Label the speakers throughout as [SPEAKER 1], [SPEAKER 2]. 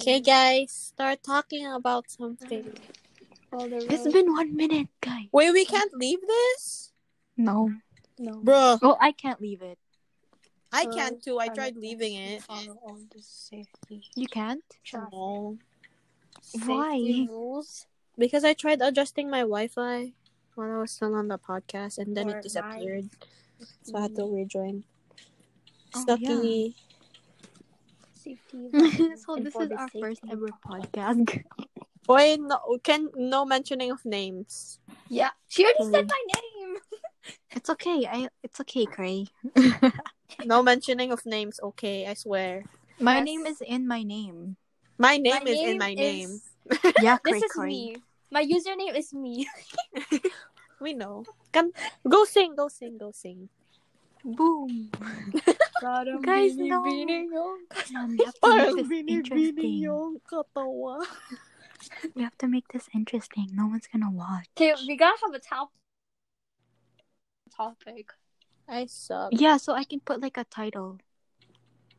[SPEAKER 1] Okay, guys, start talking about something.
[SPEAKER 2] All the
[SPEAKER 3] It's
[SPEAKER 2] roads-
[SPEAKER 3] been one minute, guys.
[SPEAKER 1] Wait, we can't leave this?
[SPEAKER 3] No.
[SPEAKER 2] no.
[SPEAKER 1] Bruh,
[SPEAKER 3] Well, I can't leave it.
[SPEAKER 1] I can't too. I tried leaving it.
[SPEAKER 2] Follow all the safety.
[SPEAKER 3] You can't?
[SPEAKER 2] traffic
[SPEAKER 1] No.
[SPEAKER 3] Why?
[SPEAKER 2] safety rules.
[SPEAKER 1] Because I tried adjusting my Wi Fi when I was still on the podcast and then
[SPEAKER 2] Or
[SPEAKER 1] it
[SPEAKER 2] mine.
[SPEAKER 1] disappeared. So I had to rejoin.
[SPEAKER 3] Oh,
[SPEAKER 1] Stucky.
[SPEAKER 2] Safety. rules
[SPEAKER 3] so
[SPEAKER 2] and
[SPEAKER 3] this
[SPEAKER 2] for
[SPEAKER 3] is
[SPEAKER 2] the
[SPEAKER 3] our
[SPEAKER 2] safety
[SPEAKER 3] first ever
[SPEAKER 2] of-
[SPEAKER 3] podcast.
[SPEAKER 1] Wait, no, can, no mentioning of names.
[SPEAKER 2] Yeah, she already said my name.
[SPEAKER 3] It's okay. I it's okay, Cray.
[SPEAKER 1] No mentioning of names, okay, I swear.
[SPEAKER 3] My
[SPEAKER 2] Yes.
[SPEAKER 3] name is in my name.
[SPEAKER 1] My name is in my name.
[SPEAKER 2] is-
[SPEAKER 3] Yeah, Cray
[SPEAKER 2] This is
[SPEAKER 3] Cray.
[SPEAKER 2] me. My username is me.
[SPEAKER 1] We know. Can, go sing, go sing, go sing.
[SPEAKER 3] Boom. Guys,
[SPEAKER 2] Guys,
[SPEAKER 3] no. Come on, Um, we have to
[SPEAKER 1] Parang
[SPEAKER 3] make this
[SPEAKER 1] binibini
[SPEAKER 3] interesting.
[SPEAKER 1] yung katawa.
[SPEAKER 3] We have to make this interesting. No one's gonna watch.
[SPEAKER 2] Okay, we gotta have a top topic.
[SPEAKER 1] I suck.
[SPEAKER 3] Yeah, so I can put like a title.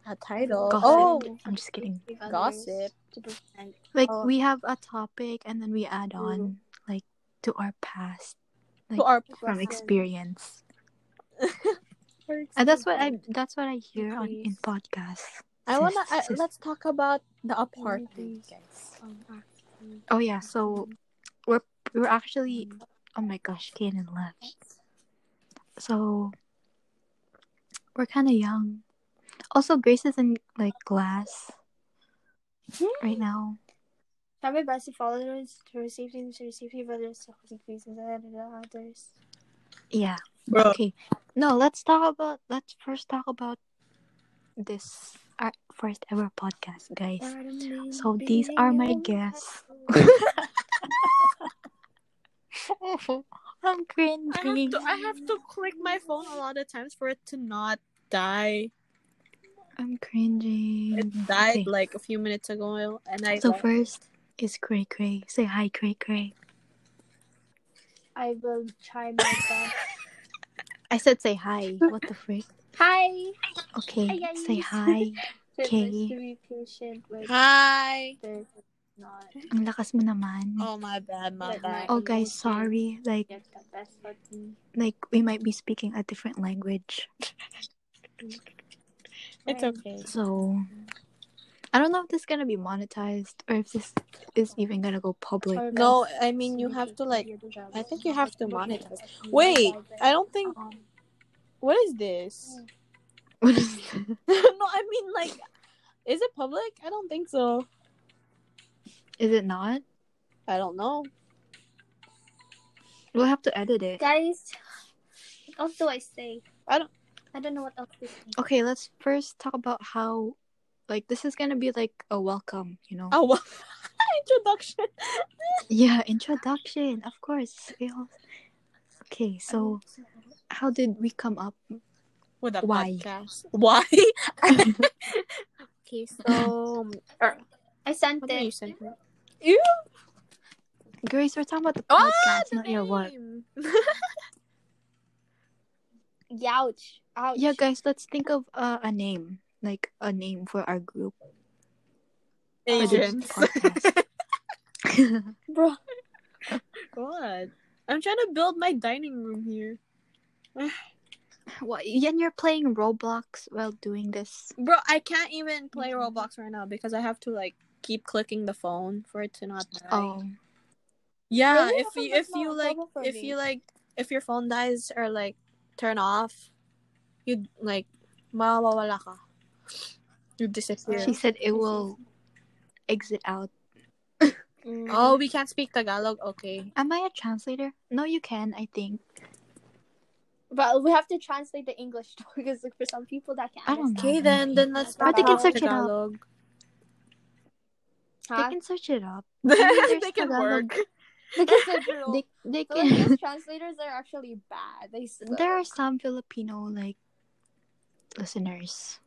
[SPEAKER 1] A title.
[SPEAKER 3] Gossip.
[SPEAKER 1] Oh,
[SPEAKER 3] I'm just kidding.
[SPEAKER 2] With others
[SPEAKER 1] Gossip.
[SPEAKER 2] To prevent.
[SPEAKER 3] Like
[SPEAKER 1] Oh.
[SPEAKER 3] we have a topic and then we add on like to our past
[SPEAKER 1] to our
[SPEAKER 3] from
[SPEAKER 2] Lesson.
[SPEAKER 3] experience. And that's what I that's what I hear on in
[SPEAKER 2] Increase.
[SPEAKER 3] podcasts.
[SPEAKER 1] I wanna
[SPEAKER 3] Sis,
[SPEAKER 1] I,
[SPEAKER 3] sis.
[SPEAKER 1] let's talk about the apartment,
[SPEAKER 2] Increase.
[SPEAKER 1] guys.
[SPEAKER 2] Um, actually,
[SPEAKER 3] Oh yeah, so we're we're actually oh my gosh, Kanan left. So we're kind of young. Also, Grace is in like glass right
[SPEAKER 1] Hmm.
[SPEAKER 3] now.
[SPEAKER 2] Try my best to follow the rules to receive things to receive people others to receive reasons and others.
[SPEAKER 3] Yeah.
[SPEAKER 1] Bro.
[SPEAKER 3] Okay. No, let's talk about. Let's first talk about this our first ever podcast, guys. So these are my guests. I'm cringing.
[SPEAKER 1] I have to I have to click my phone a lot of times for it to not die.
[SPEAKER 3] I'm cringing.
[SPEAKER 1] It died
[SPEAKER 3] Okay.
[SPEAKER 1] like a few minutes ago, and I
[SPEAKER 3] So
[SPEAKER 1] left.
[SPEAKER 3] first is Cray Cray. Say hi, Cray Cray.
[SPEAKER 2] I will try my best.
[SPEAKER 3] I said say hi. What the frick?
[SPEAKER 2] Hi.
[SPEAKER 3] Okay,
[SPEAKER 2] Hi, guys.
[SPEAKER 3] say hi. Okay.
[SPEAKER 2] Privileged To be patient with
[SPEAKER 1] hi.
[SPEAKER 2] others. Not
[SPEAKER 3] Ang lakas mo naman.
[SPEAKER 1] Oh my bad, my
[SPEAKER 2] But
[SPEAKER 1] bad.
[SPEAKER 2] my-
[SPEAKER 3] Oh guys,
[SPEAKER 2] okay.
[SPEAKER 3] sorry. Like
[SPEAKER 2] get the best of me.
[SPEAKER 3] like we might be speaking a different language.
[SPEAKER 1] It's
[SPEAKER 2] Right.
[SPEAKER 1] okay.
[SPEAKER 3] So I don't know if this is gonna be monetized or if this is even gonna go public.
[SPEAKER 2] Sorry,
[SPEAKER 1] No,
[SPEAKER 2] guys.
[SPEAKER 1] I mean you
[SPEAKER 2] We
[SPEAKER 1] have
[SPEAKER 2] should
[SPEAKER 1] to like.
[SPEAKER 2] do the job.
[SPEAKER 1] I think you have to
[SPEAKER 2] Okay.
[SPEAKER 1] monetize. Wait, I don't think.
[SPEAKER 2] Um,
[SPEAKER 1] What is this?
[SPEAKER 3] What is this?
[SPEAKER 1] no, I mean like, is it public? I don't think so.
[SPEAKER 3] Is it not?
[SPEAKER 1] I don't know.
[SPEAKER 3] We'll have to edit it.
[SPEAKER 2] Guys, what else do I say?
[SPEAKER 1] I don't.
[SPEAKER 2] I don't know what else to say.
[SPEAKER 3] Okay, let's first talk about how like this is gonna be like a welcome, you know.
[SPEAKER 1] Oh well. Introduction.
[SPEAKER 3] Yeah, introduction, of course. We all- Okay, so how did we come up?
[SPEAKER 1] With a
[SPEAKER 3] Why?
[SPEAKER 1] podcast. Why? okay, so
[SPEAKER 2] I sent
[SPEAKER 1] what
[SPEAKER 2] it.
[SPEAKER 1] did you send me?
[SPEAKER 3] Grace, we're talking about the
[SPEAKER 1] Ah,
[SPEAKER 3] podcast,
[SPEAKER 1] the
[SPEAKER 3] not your work.
[SPEAKER 1] name!
[SPEAKER 2] Youch. Ouch.
[SPEAKER 3] Yeah, guys, let's think of uh, a name, like a name for our group. for this
[SPEAKER 1] Agents.
[SPEAKER 3] podcast.
[SPEAKER 2] Bro.
[SPEAKER 1] God, I'm trying to build my dining room here,
[SPEAKER 3] what? And you're playing Roblox while doing this.
[SPEAKER 1] bro. I can't even play Roblox right now because I have to like keep clicking the phone for it to not die.
[SPEAKER 3] Oh,
[SPEAKER 1] Yeah,
[SPEAKER 2] Really?
[SPEAKER 1] if
[SPEAKER 2] How come
[SPEAKER 1] you
[SPEAKER 2] that's
[SPEAKER 1] if you
[SPEAKER 2] not a
[SPEAKER 1] like
[SPEAKER 2] problem for
[SPEAKER 1] if
[SPEAKER 2] me?
[SPEAKER 1] you like if your phone dies or like turn off, you like mawawala ka. You disappear.
[SPEAKER 3] she said it will exit out.
[SPEAKER 2] Mm. Mm-hmm.
[SPEAKER 1] Oh, we can't speak Tagalog. Okay.
[SPEAKER 3] Am I a translator? No, you can. I think
[SPEAKER 2] But we have to translate the English too, because like, for some people that can't
[SPEAKER 3] I
[SPEAKER 2] understand.
[SPEAKER 3] don't know.
[SPEAKER 1] Okay, then then let's
[SPEAKER 2] Or
[SPEAKER 1] not
[SPEAKER 2] they can
[SPEAKER 1] talk
[SPEAKER 3] search it up.
[SPEAKER 1] Tagalog.
[SPEAKER 3] they
[SPEAKER 2] Huh?
[SPEAKER 3] can search it up. there's
[SPEAKER 1] they can
[SPEAKER 3] Tagalog.
[SPEAKER 1] work.
[SPEAKER 2] Because they're girls.
[SPEAKER 3] They they
[SPEAKER 2] So, like,
[SPEAKER 3] can.
[SPEAKER 2] those translators are actually bad. They suck.
[SPEAKER 3] there are some Filipino like listeners.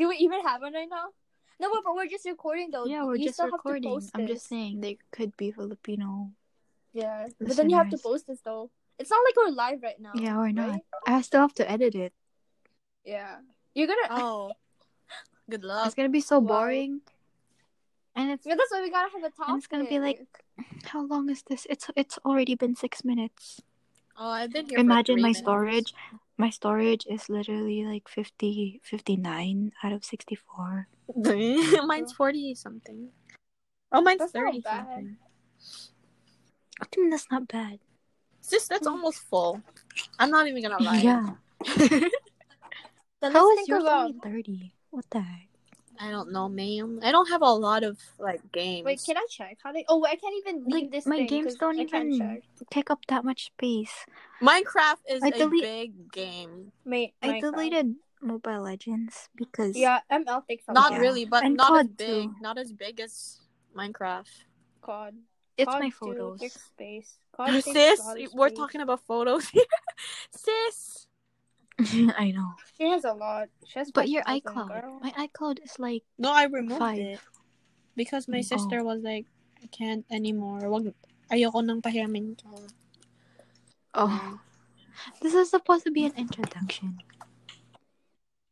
[SPEAKER 2] Do we even have one right now? No, but, but we're just recording though.
[SPEAKER 3] Yeah,
[SPEAKER 2] Oh,
[SPEAKER 3] we're
[SPEAKER 2] You
[SPEAKER 3] just
[SPEAKER 2] still have to
[SPEAKER 3] recording.
[SPEAKER 2] post
[SPEAKER 3] I'm
[SPEAKER 2] this.
[SPEAKER 3] just saying they could be Filipino.
[SPEAKER 2] Yeah, but then you have to post
[SPEAKER 3] Listeners.
[SPEAKER 2] this though. It's not like we're live right now.
[SPEAKER 3] Yeah, or not.
[SPEAKER 2] right?
[SPEAKER 3] I still have to edit it.
[SPEAKER 2] Yeah, you're gonna.
[SPEAKER 1] Oh. Good luck.
[SPEAKER 3] It's gonna be so
[SPEAKER 2] Why?
[SPEAKER 3] boring. And it's
[SPEAKER 2] Yeah, that's why we gotta have a topic.
[SPEAKER 3] And it's gonna be like- how long is this? It's it's already been six minutes.
[SPEAKER 1] Oh, I've been here. for
[SPEAKER 3] Imagine
[SPEAKER 1] three
[SPEAKER 3] my
[SPEAKER 1] minutes.
[SPEAKER 3] storage. My storage is literally like 50, 59 out of 64.
[SPEAKER 1] mine's forty something. Oh, mine's
[SPEAKER 2] That's not
[SPEAKER 1] thirty
[SPEAKER 2] bad.
[SPEAKER 1] something.
[SPEAKER 3] I think that's not bad.
[SPEAKER 1] Sis, that's almost full. I'm not even gonna lie.
[SPEAKER 3] Yeah.
[SPEAKER 2] Then
[SPEAKER 3] How
[SPEAKER 2] let's
[SPEAKER 3] is
[SPEAKER 2] think
[SPEAKER 3] yours
[SPEAKER 2] about.
[SPEAKER 3] only 30? What the heck?
[SPEAKER 1] I don't know, ma'am. I don't have a lot of like games.
[SPEAKER 2] Wait, can I check? How do? Oh, I can't even leave
[SPEAKER 3] Like,
[SPEAKER 2] this.
[SPEAKER 3] my
[SPEAKER 2] thing
[SPEAKER 3] games
[SPEAKER 2] 'cause
[SPEAKER 3] don't
[SPEAKER 2] I can't
[SPEAKER 3] even-
[SPEAKER 2] check.
[SPEAKER 3] Take up that much space.
[SPEAKER 1] Minecraft is
[SPEAKER 3] I
[SPEAKER 1] a
[SPEAKER 3] delete-
[SPEAKER 1] big game.
[SPEAKER 2] Mate,
[SPEAKER 3] I deleted Mobile Legends
[SPEAKER 2] um,
[SPEAKER 3] because
[SPEAKER 2] Oh, Yeah, ML takes a
[SPEAKER 1] Not
[SPEAKER 2] lot.
[SPEAKER 3] Yeah.
[SPEAKER 1] really, but
[SPEAKER 3] And
[SPEAKER 1] not as
[SPEAKER 3] COD
[SPEAKER 1] big.
[SPEAKER 3] too.
[SPEAKER 1] Not as big as Minecraft.
[SPEAKER 2] COD.
[SPEAKER 3] it's
[SPEAKER 2] COD
[SPEAKER 3] my
[SPEAKER 2] too
[SPEAKER 3] photos.
[SPEAKER 2] takes space. COD takes a
[SPEAKER 1] Sis,
[SPEAKER 2] lot of
[SPEAKER 1] we're
[SPEAKER 2] space.
[SPEAKER 1] talking about photos here. Sis,
[SPEAKER 3] I know.
[SPEAKER 2] She has a lot. She has.
[SPEAKER 3] But your
[SPEAKER 2] 5,000,
[SPEAKER 3] iCloud.
[SPEAKER 2] girl.
[SPEAKER 3] My iCloud is like
[SPEAKER 1] no, I removed
[SPEAKER 3] Five.
[SPEAKER 1] it because my
[SPEAKER 3] Oh.
[SPEAKER 1] sister was like, I can't anymore. Wag, ayoko nang pahiyamin to.
[SPEAKER 3] Oh. This is supposed to be an introduction.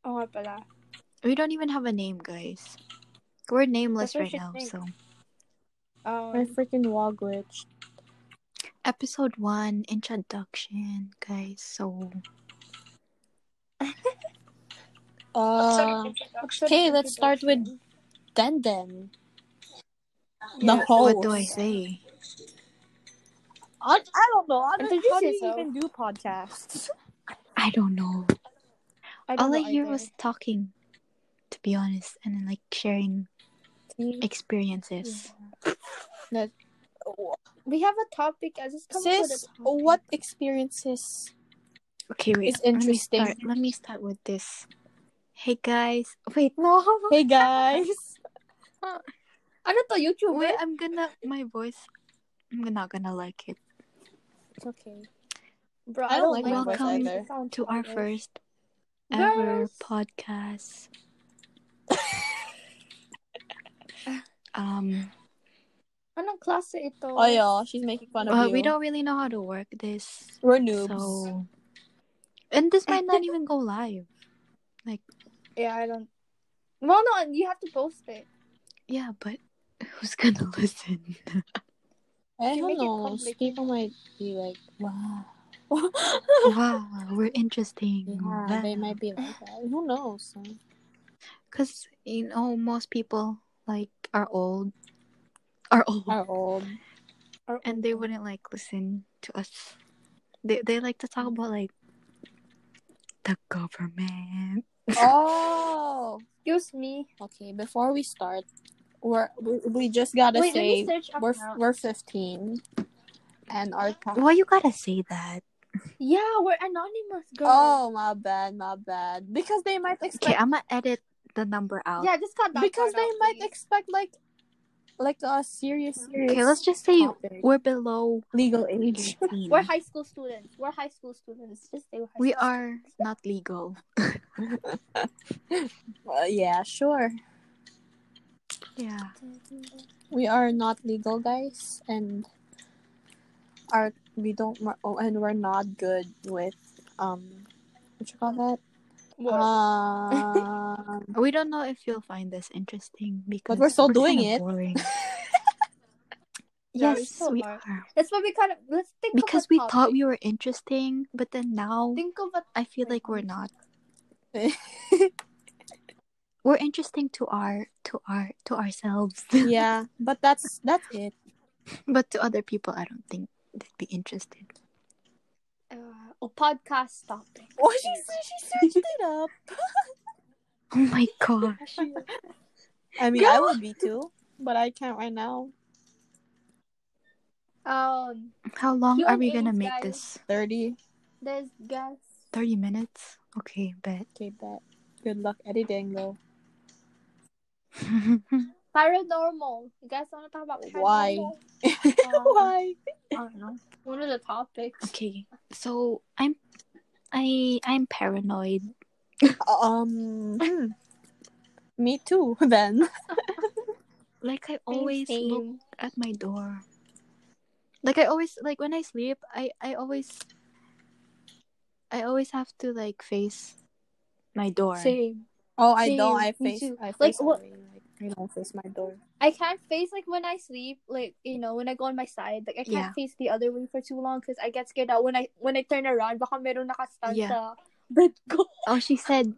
[SPEAKER 2] Oh, nga pala.
[SPEAKER 3] We don't even have a name, guys. We're nameless
[SPEAKER 2] That's what
[SPEAKER 3] right
[SPEAKER 2] you
[SPEAKER 3] now,
[SPEAKER 2] think.
[SPEAKER 3] so.
[SPEAKER 1] My
[SPEAKER 2] Um,
[SPEAKER 1] freaking wall glitched.
[SPEAKER 3] Episode 1, introduction, guys. So.
[SPEAKER 1] Uh, okay, let's start with Denden. The
[SPEAKER 2] Yeah.
[SPEAKER 1] host.
[SPEAKER 3] What do I say?
[SPEAKER 1] I, I don't know. I'm
[SPEAKER 2] Did
[SPEAKER 1] like,
[SPEAKER 2] you
[SPEAKER 1] how do you
[SPEAKER 2] say so?
[SPEAKER 1] even do podcasts?
[SPEAKER 3] I don't know.
[SPEAKER 2] I don't
[SPEAKER 3] All I
[SPEAKER 2] know
[SPEAKER 3] hear
[SPEAKER 2] either.
[SPEAKER 3] was talking, to be honest, and then like sharing experiences.
[SPEAKER 2] We have a topic. I just come up with a
[SPEAKER 1] Sis,
[SPEAKER 2] topic.
[SPEAKER 1] what experiences?
[SPEAKER 3] Okay, wait.
[SPEAKER 1] It's interesting.
[SPEAKER 3] Let me, start, let me start with this. Hey guys. Wait, no.
[SPEAKER 1] Hey guys.
[SPEAKER 2] Ano to YouTube?
[SPEAKER 3] Wait, I'm gonna. My voice. I'm not gonna like it.
[SPEAKER 1] It's okay.
[SPEAKER 2] Bro,
[SPEAKER 1] I don't like
[SPEAKER 3] my voice
[SPEAKER 2] it.
[SPEAKER 1] either.
[SPEAKER 2] Sounds
[SPEAKER 3] To our
[SPEAKER 2] childish.
[SPEAKER 3] first ever
[SPEAKER 2] Girls.
[SPEAKER 3] podcast. Um,
[SPEAKER 2] Anong klase ito?
[SPEAKER 1] Oh yeah, she's making fun of
[SPEAKER 3] well,
[SPEAKER 1] you.
[SPEAKER 3] we don't really know how to work this.
[SPEAKER 1] We're noobs.
[SPEAKER 3] So, and this might not even go live.
[SPEAKER 2] Yeah, I don't. Well, no, you have to post it.
[SPEAKER 3] Yeah, but who's gonna listen?
[SPEAKER 1] I
[SPEAKER 2] You
[SPEAKER 1] don't
[SPEAKER 2] make it
[SPEAKER 1] know.
[SPEAKER 2] complicated.
[SPEAKER 1] People might be like, wow.
[SPEAKER 3] wow, we're interesting.
[SPEAKER 1] yeah, they might be like that. Who knows?
[SPEAKER 3] because you know most people like are old, are old,
[SPEAKER 1] Are old.
[SPEAKER 2] Or-
[SPEAKER 3] and they wouldn't like listen to us. They they like to talk about like the government.
[SPEAKER 1] Oh.
[SPEAKER 2] Excuse me.
[SPEAKER 1] Okay. Before we start, we're we, we just gotta
[SPEAKER 2] Wait, let me
[SPEAKER 1] say
[SPEAKER 2] search up
[SPEAKER 1] we're
[SPEAKER 2] now.
[SPEAKER 1] we're fifteen, and our po-
[SPEAKER 3] Why you gotta say that?
[SPEAKER 2] Yeah, we're anonymous, girl.
[SPEAKER 1] oh my bad, my bad. Because they might
[SPEAKER 3] Okay,
[SPEAKER 1] expect
[SPEAKER 3] I'm gonna edit the number out.
[SPEAKER 2] Yeah, just cut that
[SPEAKER 1] because
[SPEAKER 2] part
[SPEAKER 1] they
[SPEAKER 2] out,
[SPEAKER 1] might
[SPEAKER 2] please.
[SPEAKER 1] expect like like a serious serious.
[SPEAKER 3] Okay, let's just say
[SPEAKER 1] topic.
[SPEAKER 3] we're below
[SPEAKER 1] legal age.
[SPEAKER 3] 18.
[SPEAKER 2] We're high school students. We're high school students. Just say we're high school
[SPEAKER 3] Mm-hmm. we are not legal.
[SPEAKER 1] Uh, yeah, sure.
[SPEAKER 3] Yeah.
[SPEAKER 2] students.
[SPEAKER 1] We are not legal guys, and are we don't mar- oh, and we're not good with um what you call that?
[SPEAKER 2] What?
[SPEAKER 3] Uh,
[SPEAKER 1] Um,
[SPEAKER 3] We don't know if you'll find this interesting because
[SPEAKER 1] we're still doing
[SPEAKER 3] kinda
[SPEAKER 1] it.
[SPEAKER 3] boring.
[SPEAKER 2] Yeah, we
[SPEAKER 3] yes,
[SPEAKER 2] still
[SPEAKER 3] we
[SPEAKER 2] are.
[SPEAKER 3] are.
[SPEAKER 2] That's why we kind of let's think
[SPEAKER 3] Because
[SPEAKER 2] of a
[SPEAKER 3] we
[SPEAKER 2] topic.
[SPEAKER 3] thought we were interesting, but then now
[SPEAKER 2] think of a
[SPEAKER 3] I feel like we're not.
[SPEAKER 1] yeah,
[SPEAKER 3] We're interesting to our to our to ourselves,
[SPEAKER 1] but that's that's it.
[SPEAKER 3] but to other people, I don't think they'd be interested.
[SPEAKER 2] uh, a podcast topic.
[SPEAKER 1] Oh, she she searched it up.
[SPEAKER 3] Oh my gosh!
[SPEAKER 1] I mean, I would be too, but I can't right now.
[SPEAKER 2] Um,
[SPEAKER 3] How long are we gonna
[SPEAKER 2] Q&As,
[SPEAKER 3] make
[SPEAKER 2] guys.
[SPEAKER 3] this?
[SPEAKER 1] Thirty.
[SPEAKER 2] there's guess.
[SPEAKER 3] Thirty minutes? Okay, bet.
[SPEAKER 1] Okay, bet. Good luck editing though.
[SPEAKER 2] Paranormal. You guys want to talk about paranormal?
[SPEAKER 1] Why?
[SPEAKER 2] Um,
[SPEAKER 1] Why?
[SPEAKER 2] I don't know. One of the topics.
[SPEAKER 3] Okay, so I'm I I'm paranoid.
[SPEAKER 1] Um, hmm. me too. Then.
[SPEAKER 3] Like I always
[SPEAKER 2] Same.
[SPEAKER 3] look at my door. Like I always like when I sleep, I I always I always have to like face my door.
[SPEAKER 2] Same.
[SPEAKER 1] Oh, I
[SPEAKER 2] Same,
[SPEAKER 1] don't. I
[SPEAKER 2] me
[SPEAKER 1] face.
[SPEAKER 2] too.
[SPEAKER 1] I
[SPEAKER 2] Like,
[SPEAKER 1] face
[SPEAKER 2] what-
[SPEAKER 1] away, like I don't face my door.
[SPEAKER 2] I can't face like when I sleep, like you know, when I go on my side, like I can't
[SPEAKER 3] Yeah.
[SPEAKER 2] face the other way for too long because I get scared out when I when I turn around, baka meron nakastand
[SPEAKER 3] Yeah.
[SPEAKER 2] sa bed ko.
[SPEAKER 3] Oh, she said.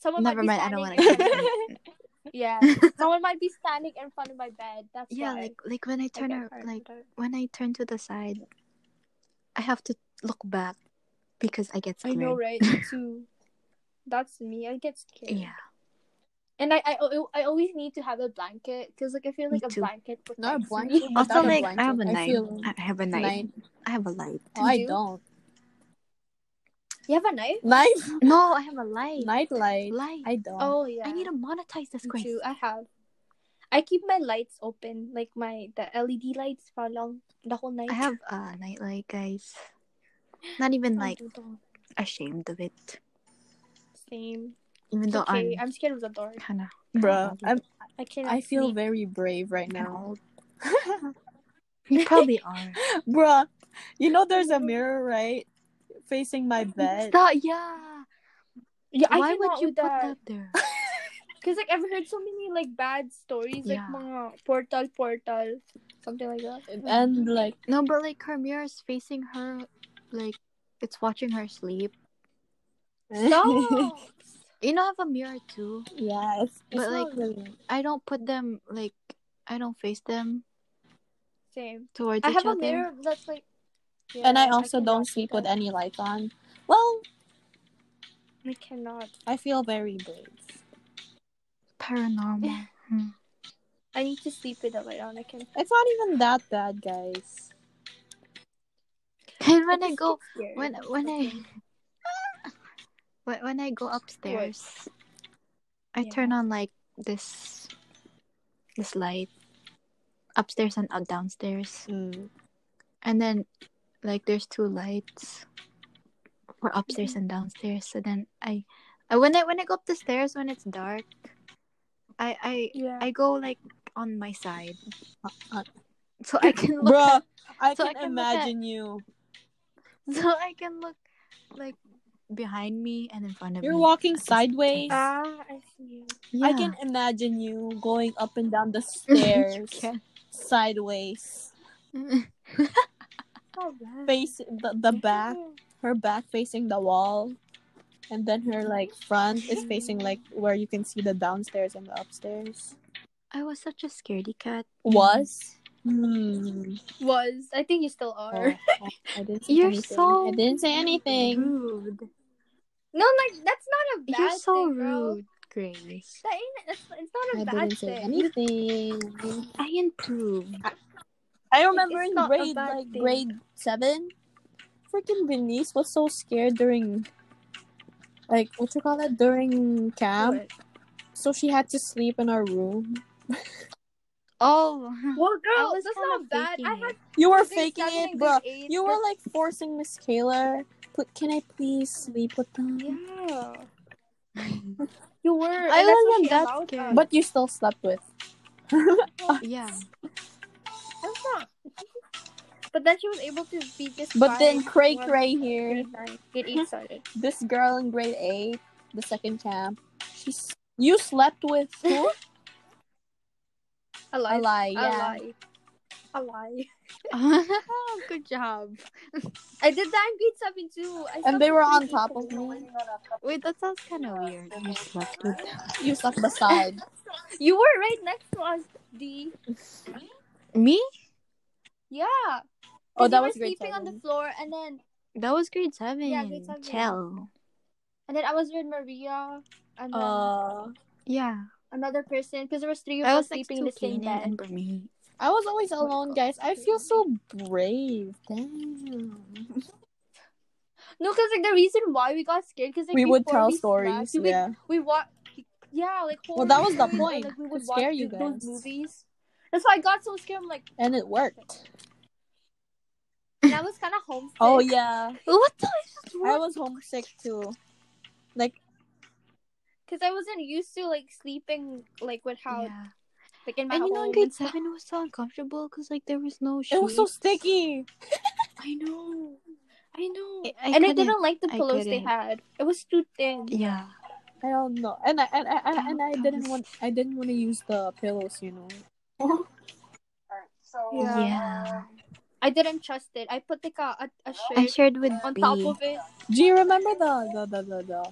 [SPEAKER 2] Someone
[SPEAKER 3] Never
[SPEAKER 2] might
[SPEAKER 3] mind.
[SPEAKER 2] be
[SPEAKER 3] I don't want
[SPEAKER 2] standing.
[SPEAKER 3] to.
[SPEAKER 2] yeah, someone might be standing in front of my bed. That's
[SPEAKER 3] yeah,
[SPEAKER 2] why.
[SPEAKER 3] like like when I
[SPEAKER 2] I
[SPEAKER 3] turn
[SPEAKER 2] get
[SPEAKER 3] ar-
[SPEAKER 2] hard
[SPEAKER 3] like
[SPEAKER 2] for that.
[SPEAKER 3] when I turn to the side, I have to look back because I get
[SPEAKER 2] I
[SPEAKER 3] scared.
[SPEAKER 2] know, right? Me too. That's me. I get scared.
[SPEAKER 3] Yeah.
[SPEAKER 2] And I I, I always need to have a blanket because like I feel
[SPEAKER 3] Me
[SPEAKER 2] like a
[SPEAKER 3] too.
[SPEAKER 2] blanket.
[SPEAKER 1] Not a
[SPEAKER 2] protects
[SPEAKER 1] blanket.
[SPEAKER 2] me.
[SPEAKER 3] Also,
[SPEAKER 1] Without a
[SPEAKER 3] like I have
[SPEAKER 1] blanket,
[SPEAKER 3] a
[SPEAKER 1] I
[SPEAKER 3] knife.
[SPEAKER 1] feel-
[SPEAKER 3] I have a knife.
[SPEAKER 1] Knife.
[SPEAKER 3] I have a light.
[SPEAKER 1] Oh, I
[SPEAKER 2] you?
[SPEAKER 1] don't.
[SPEAKER 2] You have a knife?
[SPEAKER 1] Knife.
[SPEAKER 3] No, I have a light.
[SPEAKER 1] Night light.
[SPEAKER 3] Light.
[SPEAKER 1] I don't.
[SPEAKER 2] Oh yeah.
[SPEAKER 3] I need to monetize this,
[SPEAKER 2] Me
[SPEAKER 3] Grace.
[SPEAKER 2] too. I have. I keep my lights open, like my the LED lights for long the whole night.
[SPEAKER 3] I have a uh, nightlight, guys. Not even like
[SPEAKER 2] I don't.
[SPEAKER 3] ashamed of it,
[SPEAKER 2] same.
[SPEAKER 3] even
[SPEAKER 2] It's
[SPEAKER 3] though
[SPEAKER 2] okay.
[SPEAKER 3] I'm
[SPEAKER 2] I'm scared of the dark.
[SPEAKER 3] kind of
[SPEAKER 1] Bruh, I'm,
[SPEAKER 2] I cannot.
[SPEAKER 1] I feel
[SPEAKER 2] sleep.
[SPEAKER 1] very brave right now.
[SPEAKER 3] old. You probably are.
[SPEAKER 1] Bruh, you know there's a mirror, right? Facing my bed.
[SPEAKER 3] Stop. Yeah.
[SPEAKER 2] Yeah, I
[SPEAKER 3] Why would
[SPEAKER 2] cannot
[SPEAKER 3] you
[SPEAKER 2] with
[SPEAKER 3] put that there?
[SPEAKER 2] Because like I've heard so many like bad stories, like
[SPEAKER 3] Yeah.
[SPEAKER 2] mga portal, portal, something like that.
[SPEAKER 3] Uh,
[SPEAKER 1] And like,
[SPEAKER 3] no, but like her mirror is facing her, like it's watching her sleep.
[SPEAKER 2] Stop.
[SPEAKER 3] You know, I have a mirror too.
[SPEAKER 1] yeah, it's, it's
[SPEAKER 3] But,
[SPEAKER 1] not
[SPEAKER 3] like-
[SPEAKER 1] really.
[SPEAKER 3] I don't put them like I don't face them
[SPEAKER 2] same.
[SPEAKER 3] towards
[SPEAKER 2] I
[SPEAKER 3] each
[SPEAKER 2] have a
[SPEAKER 3] other.
[SPEAKER 2] mirror that's like.
[SPEAKER 1] and I
[SPEAKER 2] Yeah,
[SPEAKER 1] also
[SPEAKER 2] cannot
[SPEAKER 1] don't sleep
[SPEAKER 2] that.
[SPEAKER 1] with any lights on. Well,
[SPEAKER 2] I cannot.
[SPEAKER 1] I feel very brave.
[SPEAKER 3] Paranormal. Hmm.
[SPEAKER 2] I need to sleep with a light on. I can.
[SPEAKER 1] It's not even that bad, guys.
[SPEAKER 3] and when
[SPEAKER 2] just
[SPEAKER 3] I go
[SPEAKER 2] get scared.
[SPEAKER 3] when when I when, when I go upstairs, I
[SPEAKER 2] Yeah.
[SPEAKER 3] turn on like this this light upstairs and out downstairs,
[SPEAKER 1] Mm.
[SPEAKER 3] and then like there's two lights for upstairs
[SPEAKER 1] Mm-hmm.
[SPEAKER 3] and downstairs. So then I, I when I when I go up the stairs when it's dark, I I
[SPEAKER 2] Yeah.
[SPEAKER 3] I go like on my side
[SPEAKER 1] uh.
[SPEAKER 3] so I can look
[SPEAKER 1] Bruh, I
[SPEAKER 3] So I
[SPEAKER 1] can,
[SPEAKER 3] can look at-
[SPEAKER 1] imagine you.
[SPEAKER 3] so I can look like behind me and in front of
[SPEAKER 1] You're
[SPEAKER 3] me.
[SPEAKER 1] walking
[SPEAKER 3] I can see
[SPEAKER 1] sideways.
[SPEAKER 3] things.
[SPEAKER 2] Ah, I see.
[SPEAKER 3] Yeah.
[SPEAKER 1] I can imagine you going up and down the stairs, sideways,
[SPEAKER 2] All right.
[SPEAKER 1] face the, the back, her back facing the wall, and then her like front is facing like where you can see the downstairs and the upstairs.
[SPEAKER 3] I was such a scaredy cat.
[SPEAKER 1] Was. Hmm.
[SPEAKER 2] Was I think you still
[SPEAKER 1] Oh,
[SPEAKER 2] are.
[SPEAKER 1] I didn't say
[SPEAKER 3] You're
[SPEAKER 1] anything.
[SPEAKER 3] so
[SPEAKER 1] I didn't say anything.
[SPEAKER 3] rude.
[SPEAKER 2] No, like that's not a bad
[SPEAKER 3] You're so
[SPEAKER 2] thing, bro.
[SPEAKER 3] rude, Grace.
[SPEAKER 2] That ain't that's it's not a
[SPEAKER 1] I
[SPEAKER 2] bad
[SPEAKER 1] didn't say
[SPEAKER 2] thing.
[SPEAKER 1] anything.
[SPEAKER 3] I improved.
[SPEAKER 1] I remember
[SPEAKER 2] It's
[SPEAKER 1] in
[SPEAKER 2] not a
[SPEAKER 1] grade
[SPEAKER 2] bad
[SPEAKER 1] like
[SPEAKER 2] thing.
[SPEAKER 1] grade seven, freaking Benice was so scared during, like what you call it during camp.
[SPEAKER 2] What?
[SPEAKER 1] So she had to sleep in our room.
[SPEAKER 3] Oh,
[SPEAKER 2] Well, girl,
[SPEAKER 3] was
[SPEAKER 2] that's
[SPEAKER 3] kinda
[SPEAKER 2] not bad. I
[SPEAKER 3] faking
[SPEAKER 2] had
[SPEAKER 3] it.
[SPEAKER 1] You were
[SPEAKER 2] grade
[SPEAKER 1] faking
[SPEAKER 2] seven
[SPEAKER 1] it,
[SPEAKER 2] and
[SPEAKER 1] bro.
[SPEAKER 2] grade eight,
[SPEAKER 1] You were
[SPEAKER 2] that's-
[SPEAKER 1] like forcing Miss Kayla. Pl- Can I please sleep with them?
[SPEAKER 2] yeah. You were.
[SPEAKER 3] I
[SPEAKER 2] and that's what
[SPEAKER 3] wasn't
[SPEAKER 2] she
[SPEAKER 3] that
[SPEAKER 2] allowed
[SPEAKER 3] scared.
[SPEAKER 2] us.
[SPEAKER 1] But you still slept with.
[SPEAKER 3] yeah.
[SPEAKER 2] That's not. But then she was able to be just.
[SPEAKER 1] But then
[SPEAKER 2] fine
[SPEAKER 1] Cray
[SPEAKER 2] once
[SPEAKER 1] Cray here,
[SPEAKER 2] Grade nine, grade eight started.
[SPEAKER 1] this girl in grade eight, the second camp, she's you slept with who?
[SPEAKER 2] A lie.
[SPEAKER 1] A lie,
[SPEAKER 2] A
[SPEAKER 1] yeah.
[SPEAKER 2] lie. A lie.
[SPEAKER 3] Good job.
[SPEAKER 2] I did that in grade seven too. I
[SPEAKER 1] And
[SPEAKER 2] slept
[SPEAKER 1] they
[SPEAKER 2] with
[SPEAKER 1] were
[SPEAKER 2] three
[SPEAKER 1] on top
[SPEAKER 2] people.
[SPEAKER 1] of me.
[SPEAKER 3] Wait, that sounds kind of weird. You slept with.
[SPEAKER 1] You slept beside.
[SPEAKER 2] You were right next to us, D.
[SPEAKER 3] Me?
[SPEAKER 2] Yeah.
[SPEAKER 1] Oh,
[SPEAKER 2] 'Cause
[SPEAKER 1] that
[SPEAKER 2] you
[SPEAKER 1] was
[SPEAKER 2] were
[SPEAKER 1] grade
[SPEAKER 2] sleeping on the
[SPEAKER 1] seven.
[SPEAKER 2] floor, and then
[SPEAKER 3] That was grade seven.
[SPEAKER 2] Yeah, grade seven.
[SPEAKER 3] Tell.
[SPEAKER 2] and then I was with Maria, and then
[SPEAKER 1] Uh,
[SPEAKER 3] Yeah.
[SPEAKER 2] another person because there was three of
[SPEAKER 3] I
[SPEAKER 2] us
[SPEAKER 3] was like
[SPEAKER 2] sleeping in the same bed.
[SPEAKER 3] and Bernie.
[SPEAKER 1] I was always alone, guys. I feel so brave. Damn.
[SPEAKER 2] No, because like the reason why we got scared because like
[SPEAKER 1] We would
[SPEAKER 2] before
[SPEAKER 1] tell
[SPEAKER 2] we
[SPEAKER 1] stories.
[SPEAKER 2] slept, we,
[SPEAKER 1] yeah.
[SPEAKER 2] we wa- yeah, like
[SPEAKER 1] Well,
[SPEAKER 2] horror
[SPEAKER 1] that was the
[SPEAKER 2] movies, or,
[SPEAKER 1] point.
[SPEAKER 2] Like we
[SPEAKER 1] To
[SPEAKER 2] would
[SPEAKER 1] scare
[SPEAKER 2] watch
[SPEAKER 1] you
[SPEAKER 2] th- those
[SPEAKER 1] guys.
[SPEAKER 2] movies. That's why I got so scared. I'm like,
[SPEAKER 1] And it worked.
[SPEAKER 2] and I was kind of homesick.
[SPEAKER 1] Oh yeah,
[SPEAKER 3] What the?
[SPEAKER 1] I was homesick too. Like
[SPEAKER 2] because I wasn't used to like sleeping like with how
[SPEAKER 3] Yeah.
[SPEAKER 2] like in my
[SPEAKER 3] And you know, in
[SPEAKER 2] home
[SPEAKER 3] grade
[SPEAKER 2] and stuff.
[SPEAKER 3] seven, it was so uncomfortable because like there was no.
[SPEAKER 1] it was so
[SPEAKER 3] sheets.
[SPEAKER 1] sticky.
[SPEAKER 2] I know, I know,
[SPEAKER 3] I- I
[SPEAKER 2] and I
[SPEAKER 3] couldn't-
[SPEAKER 2] didn't like the
[SPEAKER 3] I
[SPEAKER 2] pillows they
[SPEAKER 3] couldn't.
[SPEAKER 2] had. It was too thin.
[SPEAKER 3] Yeah,
[SPEAKER 1] I don't know. And I and I, and I- and I didn't want I didn't want to use the pillows, you know.
[SPEAKER 3] Oh.
[SPEAKER 4] So
[SPEAKER 2] Yeah.
[SPEAKER 3] Yeah.
[SPEAKER 4] um,
[SPEAKER 2] I didn't trust it. I put like a, a, a
[SPEAKER 3] I
[SPEAKER 2] shirt
[SPEAKER 3] shared with
[SPEAKER 2] on
[SPEAKER 3] B.
[SPEAKER 2] top of it.
[SPEAKER 1] Do you remember the the the the, the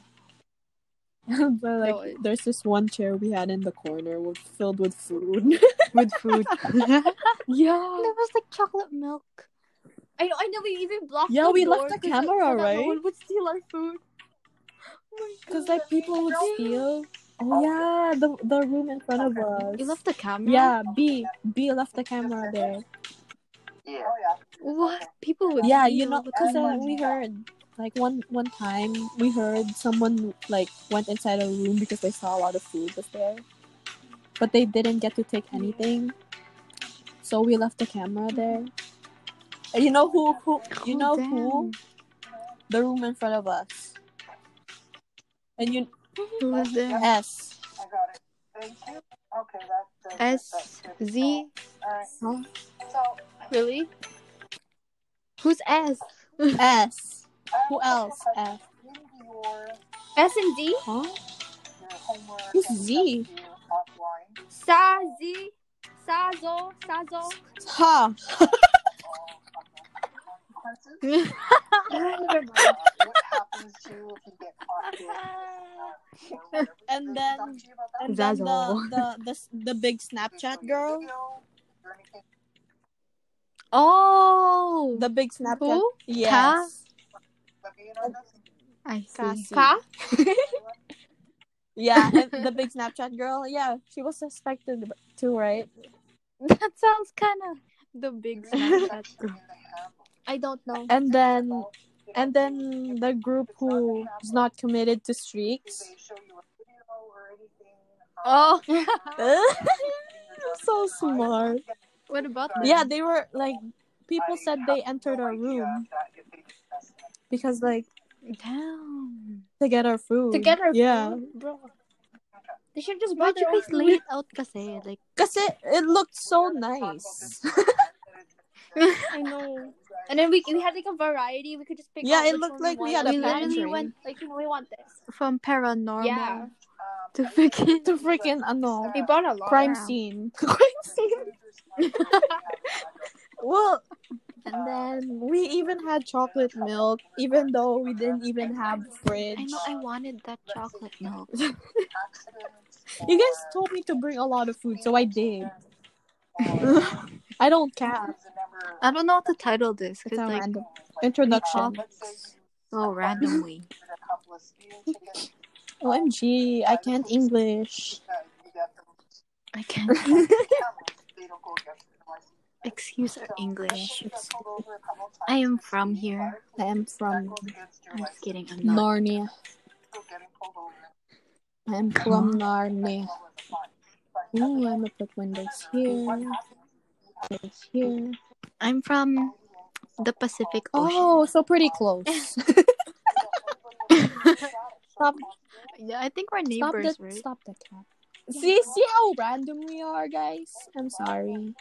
[SPEAKER 1] but like
[SPEAKER 2] No, it-
[SPEAKER 1] there's this one chair we had in the corner with, filled with food.
[SPEAKER 3] with food. there
[SPEAKER 1] yeah.
[SPEAKER 3] was like chocolate milk.
[SPEAKER 2] I know, I know. We even blocked.
[SPEAKER 1] Yeah,
[SPEAKER 2] the
[SPEAKER 1] we
[SPEAKER 2] door
[SPEAKER 1] left the
[SPEAKER 2] 'cause
[SPEAKER 1] camera,
[SPEAKER 2] so that
[SPEAKER 1] right?
[SPEAKER 2] No one would steal our food.
[SPEAKER 1] Cause like people would steal. Oh yeah, the the room in front of us.
[SPEAKER 3] You left the camera.
[SPEAKER 1] yeah, B B left the camera there.
[SPEAKER 4] yeah. Oh yeah.
[SPEAKER 3] What people would?
[SPEAKER 1] Yeah,
[SPEAKER 3] steal
[SPEAKER 1] you know, because
[SPEAKER 3] of-
[SPEAKER 1] uh, we heard like one one time we heard someone like went inside a room because they saw a lot of food was there, but they didn't get to take anything, so we left the camera there. And you know who who you
[SPEAKER 3] Oh,
[SPEAKER 1] know
[SPEAKER 3] damn.
[SPEAKER 1] who the room in front of us, and you
[SPEAKER 3] Who was there?
[SPEAKER 1] S.
[SPEAKER 4] I got it. Thank you. Okay, that's good.
[SPEAKER 3] S Z.
[SPEAKER 4] All right.
[SPEAKER 1] Huh?
[SPEAKER 4] So
[SPEAKER 2] Really?
[SPEAKER 3] Who's S?
[SPEAKER 1] S.
[SPEAKER 4] um,
[SPEAKER 1] Who else? F.
[SPEAKER 4] In your
[SPEAKER 2] S and D?
[SPEAKER 1] Huh?
[SPEAKER 4] your homework.
[SPEAKER 1] Who's
[SPEAKER 4] and
[SPEAKER 1] Z?
[SPEAKER 4] stuff you Offline.
[SPEAKER 2] Sa Z? Sazo? Sazo?
[SPEAKER 1] Ha.
[SPEAKER 4] or consequences.
[SPEAKER 3] Wait,
[SPEAKER 4] Never mind. What happens to you if you get caught doing this and that, or whatever.
[SPEAKER 1] And
[SPEAKER 4] Did they
[SPEAKER 1] then-
[SPEAKER 4] talk to you about that?
[SPEAKER 1] And then the,
[SPEAKER 3] Zazzle.
[SPEAKER 1] the the the big Snapchat girl.
[SPEAKER 4] Video or anything?
[SPEAKER 3] Oh,
[SPEAKER 1] The big Snapchat.
[SPEAKER 3] Who?
[SPEAKER 1] Yes.
[SPEAKER 3] Ka?
[SPEAKER 4] Let me in on this.
[SPEAKER 3] I see.
[SPEAKER 2] Ka?
[SPEAKER 1] Yeah, and the big Snapchat girl. Yeah, she was suspected too, right?
[SPEAKER 3] That sounds kind of the big Snapchat.
[SPEAKER 4] In the handle.
[SPEAKER 2] I don't know.
[SPEAKER 1] And then, and then the group who is not committed to
[SPEAKER 4] Do
[SPEAKER 1] streaks.
[SPEAKER 4] they show you a video or anything?
[SPEAKER 3] Oh.
[SPEAKER 1] You're so smart.
[SPEAKER 3] what about that?
[SPEAKER 1] Yeah, they were like, people said they entered our room because like
[SPEAKER 3] Damn.
[SPEAKER 1] to get our food.
[SPEAKER 2] To get our
[SPEAKER 1] Yeah,
[SPEAKER 2] food, bro. They should just buy
[SPEAKER 3] But you
[SPEAKER 2] their own
[SPEAKER 3] guys
[SPEAKER 2] food.
[SPEAKER 3] laid out kasi like
[SPEAKER 1] cause it it looked so nice.
[SPEAKER 2] I know. And then we we had like a variety. We could just pick.
[SPEAKER 1] Yeah,
[SPEAKER 2] out
[SPEAKER 1] it
[SPEAKER 2] which
[SPEAKER 1] looked
[SPEAKER 2] one
[SPEAKER 1] like we had
[SPEAKER 2] wanted.
[SPEAKER 1] a
[SPEAKER 2] We literally
[SPEAKER 1] pantry.
[SPEAKER 2] went like you know, we want this.
[SPEAKER 3] from paranormal
[SPEAKER 2] Yeah.
[SPEAKER 3] to freaking
[SPEAKER 1] The freaking ano
[SPEAKER 2] We bought a lot.
[SPEAKER 1] crime
[SPEAKER 3] Wow.
[SPEAKER 1] scene. Crime scene. Well, and then we even had chocolate milk, even though we didn't even have fridge.
[SPEAKER 3] I know I wanted that chocolate milk.
[SPEAKER 1] You guys told me to bring a lot of food, so I did.
[SPEAKER 2] Um,
[SPEAKER 1] I don't care.
[SPEAKER 3] I don't know what to title this
[SPEAKER 1] It's
[SPEAKER 3] because
[SPEAKER 1] a
[SPEAKER 3] like
[SPEAKER 1] random introduction.
[SPEAKER 2] Oh,
[SPEAKER 3] so randomly.
[SPEAKER 1] OMG, I can't English.
[SPEAKER 3] I can't excuse our English. I am from here.
[SPEAKER 1] I am from
[SPEAKER 3] I'm just kidding. I'm not.
[SPEAKER 1] Narnia. I am from Narnia. Ooh, I'm gonna put windows here. Windows here.
[SPEAKER 3] I'm from the Pacific Ocean.
[SPEAKER 1] Oh, so pretty close. stop,
[SPEAKER 3] Yeah, I think we're
[SPEAKER 1] stop
[SPEAKER 3] neighbors,
[SPEAKER 1] the,
[SPEAKER 3] right?
[SPEAKER 1] stop the cat. See, see how random we are, guys. I'm sorry.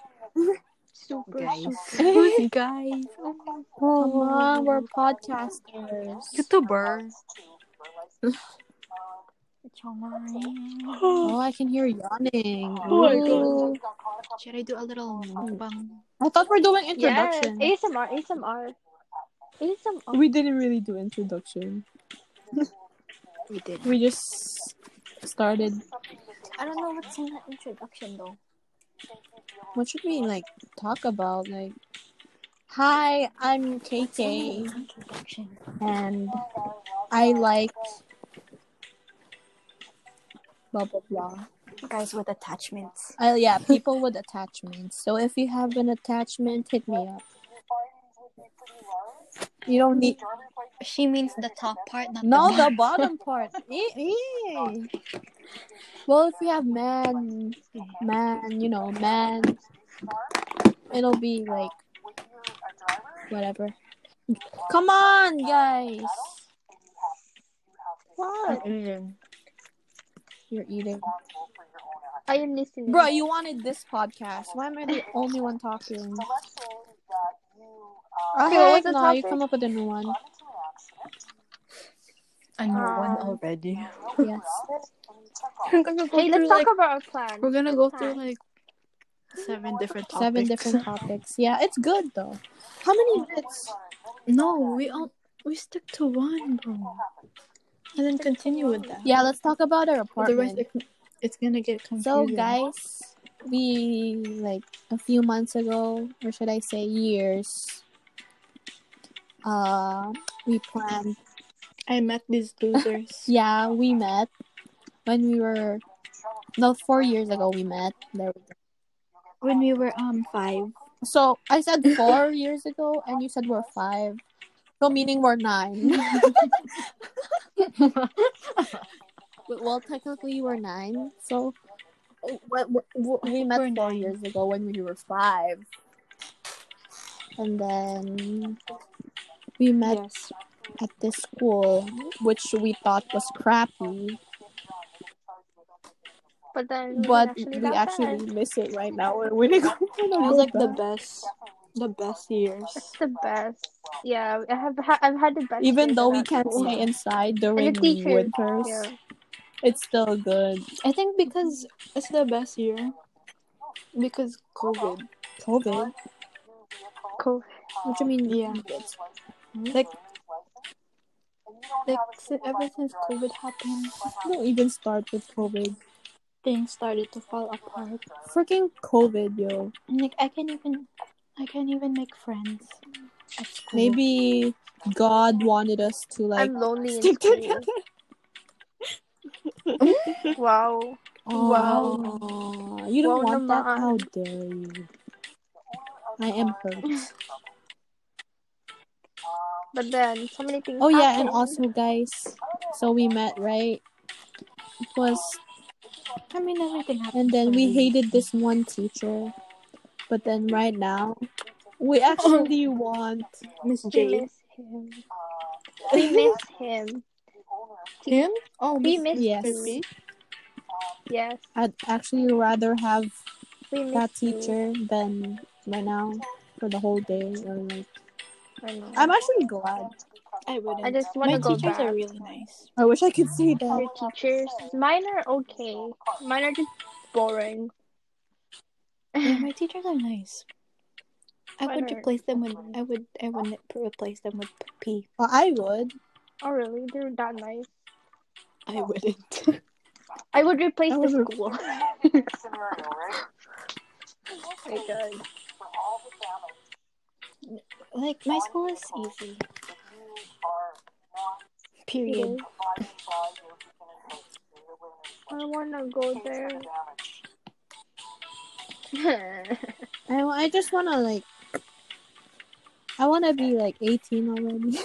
[SPEAKER 4] Super.
[SPEAKER 3] Who's guys? Oh my
[SPEAKER 1] Come on, we're podcasters.
[SPEAKER 3] YouTuber.
[SPEAKER 1] Oh, I can hear yawning.
[SPEAKER 4] Oh
[SPEAKER 2] my
[SPEAKER 1] Ooh.
[SPEAKER 3] Should I do a little mukbang?
[SPEAKER 1] I thought we're doing
[SPEAKER 2] Yeah.
[SPEAKER 1] introduction.
[SPEAKER 2] ASMR. ASMR. ASMR.
[SPEAKER 1] we didn't really do introduction.
[SPEAKER 3] We did.
[SPEAKER 1] We just started.
[SPEAKER 2] I don't know what's in that introduction though.
[SPEAKER 1] What should we like talk about? Like, hi, I'm KK,
[SPEAKER 3] Introduction.
[SPEAKER 1] and I like blah blah blah.
[SPEAKER 3] Guys with attachments.
[SPEAKER 1] Uh, yeah, people with attachments. So if you have an attachment, hit me up. You don't need
[SPEAKER 3] She means the top part, not
[SPEAKER 1] no
[SPEAKER 3] the
[SPEAKER 1] the bottom part. Eh, eh. well, if you have man, man, you know, man, it'll be like whatever. Come on, guys. What?
[SPEAKER 3] bottom.
[SPEAKER 1] You're eating,
[SPEAKER 2] I am listening.
[SPEAKER 1] bro. You wanted this podcast. Why am I the only one talking?
[SPEAKER 4] that you, uh,
[SPEAKER 1] Oh,
[SPEAKER 2] Okay, what was
[SPEAKER 1] heck
[SPEAKER 2] the
[SPEAKER 1] no, you
[SPEAKER 2] topic?
[SPEAKER 1] come up with a new one.
[SPEAKER 3] I know one
[SPEAKER 2] Um,
[SPEAKER 3] already.
[SPEAKER 1] Yes.
[SPEAKER 2] I'm gonna go
[SPEAKER 3] Hey, let's
[SPEAKER 2] through,
[SPEAKER 3] talk
[SPEAKER 2] like,
[SPEAKER 3] about our
[SPEAKER 2] plan.
[SPEAKER 3] We're gonna go through
[SPEAKER 2] Time.
[SPEAKER 3] like seven different topics.
[SPEAKER 1] Seven different topics. Yeah, it's good though. How many minutes?
[SPEAKER 3] No, we all we stick to one, bro, and then continue with that.
[SPEAKER 1] Yeah, let's talk about our
[SPEAKER 3] Otherwise,
[SPEAKER 1] apartment.
[SPEAKER 3] it, it's gonna get
[SPEAKER 1] So,
[SPEAKER 3] confusing.
[SPEAKER 1] guys, we like a few months ago, or should I say years, uh, we planned.
[SPEAKER 3] I met these losers.
[SPEAKER 1] Yeah, we met when we were no four years ago. We met. There we go.
[SPEAKER 3] when we were um five.
[SPEAKER 1] So I said four years ago, and you said we're five. So meaning we're nine. But- well, technically you were nine. So what, we met
[SPEAKER 3] We're
[SPEAKER 1] 4
[SPEAKER 3] nine.
[SPEAKER 1] years ago when we were five, and then we met
[SPEAKER 3] yes.
[SPEAKER 1] at this school, which we thought was crappy,
[SPEAKER 2] But then it
[SPEAKER 1] but
[SPEAKER 2] wasn't
[SPEAKER 1] we
[SPEAKER 2] that
[SPEAKER 1] actually
[SPEAKER 2] bad.
[SPEAKER 1] miss it right now. We're winning.
[SPEAKER 3] It was like the best, the best years.
[SPEAKER 2] It's the best. Yeah, I have ha- I've had the best.
[SPEAKER 1] even
[SPEAKER 2] years
[SPEAKER 1] though
[SPEAKER 2] at
[SPEAKER 1] we
[SPEAKER 2] that
[SPEAKER 1] can't
[SPEAKER 2] school.
[SPEAKER 1] stay inside during
[SPEAKER 2] and the teachers.
[SPEAKER 1] winters,
[SPEAKER 2] Yeah.
[SPEAKER 1] it's still good.
[SPEAKER 3] I think because it's the best year because COVID.
[SPEAKER 1] COVID.
[SPEAKER 2] Cool.
[SPEAKER 1] What
[SPEAKER 4] um,
[SPEAKER 1] do you mean?
[SPEAKER 3] Yeah.
[SPEAKER 1] It's
[SPEAKER 3] Like, like si- ever since COVID happened,
[SPEAKER 1] don't even start with COVID.
[SPEAKER 3] things started to fall apart.
[SPEAKER 1] Freaking COVID, yo.
[SPEAKER 3] And, like I can't even, I can't even make friends at school.
[SPEAKER 1] Maybe God wanted us to like
[SPEAKER 2] I'm lonely. in
[SPEAKER 1] stick
[SPEAKER 2] school.
[SPEAKER 1] together.
[SPEAKER 2] Wow.
[SPEAKER 1] Wow. you don't
[SPEAKER 2] Wow
[SPEAKER 1] want that?
[SPEAKER 2] naman.
[SPEAKER 1] How dare you? I am hurt.
[SPEAKER 2] But then so many things.
[SPEAKER 1] Oh yeah, and
[SPEAKER 2] happened.
[SPEAKER 1] also guys, so we met right. It was,
[SPEAKER 3] I mean everything
[SPEAKER 1] and
[SPEAKER 3] happened.
[SPEAKER 1] then
[SPEAKER 3] for
[SPEAKER 1] we
[SPEAKER 2] Mm-hmm.
[SPEAKER 3] me.
[SPEAKER 1] hated this one teacher, but then right now, we actually want.
[SPEAKER 3] Miss
[SPEAKER 2] we
[SPEAKER 3] J.
[SPEAKER 2] miss him. We miss him.
[SPEAKER 3] Him? Oh,
[SPEAKER 2] We miss
[SPEAKER 3] Miss
[SPEAKER 1] yes.
[SPEAKER 2] you.
[SPEAKER 3] Kirby.
[SPEAKER 2] Yes.
[SPEAKER 1] I'd actually rather have
[SPEAKER 2] We miss
[SPEAKER 1] that
[SPEAKER 2] you.
[SPEAKER 1] teacher than right now for the whole day or like.
[SPEAKER 2] I know.
[SPEAKER 1] I'm actually glad.
[SPEAKER 3] I wouldn't.
[SPEAKER 2] I just
[SPEAKER 3] My
[SPEAKER 2] wanna go back.
[SPEAKER 3] teachers are really nice.
[SPEAKER 1] I wish I could see that.
[SPEAKER 2] Your teachers. Mine are okay. Mine are just boring.
[SPEAKER 3] Yeah,
[SPEAKER 1] Mm-hmm.
[SPEAKER 3] my teachers are nice.
[SPEAKER 2] Mine
[SPEAKER 3] I would
[SPEAKER 2] aren't.
[SPEAKER 3] replace them with I would I would not replace them with P.
[SPEAKER 1] Well, I would.
[SPEAKER 2] Oh really? They're that nice.
[SPEAKER 3] I wouldn't.
[SPEAKER 2] I would replace
[SPEAKER 1] I
[SPEAKER 2] the
[SPEAKER 1] would re-
[SPEAKER 2] school. my god.
[SPEAKER 3] like my school is easy. Period.
[SPEAKER 2] It is. I wanna go there.
[SPEAKER 1] I, wa- I just wanna like. I wanna be like 18 already.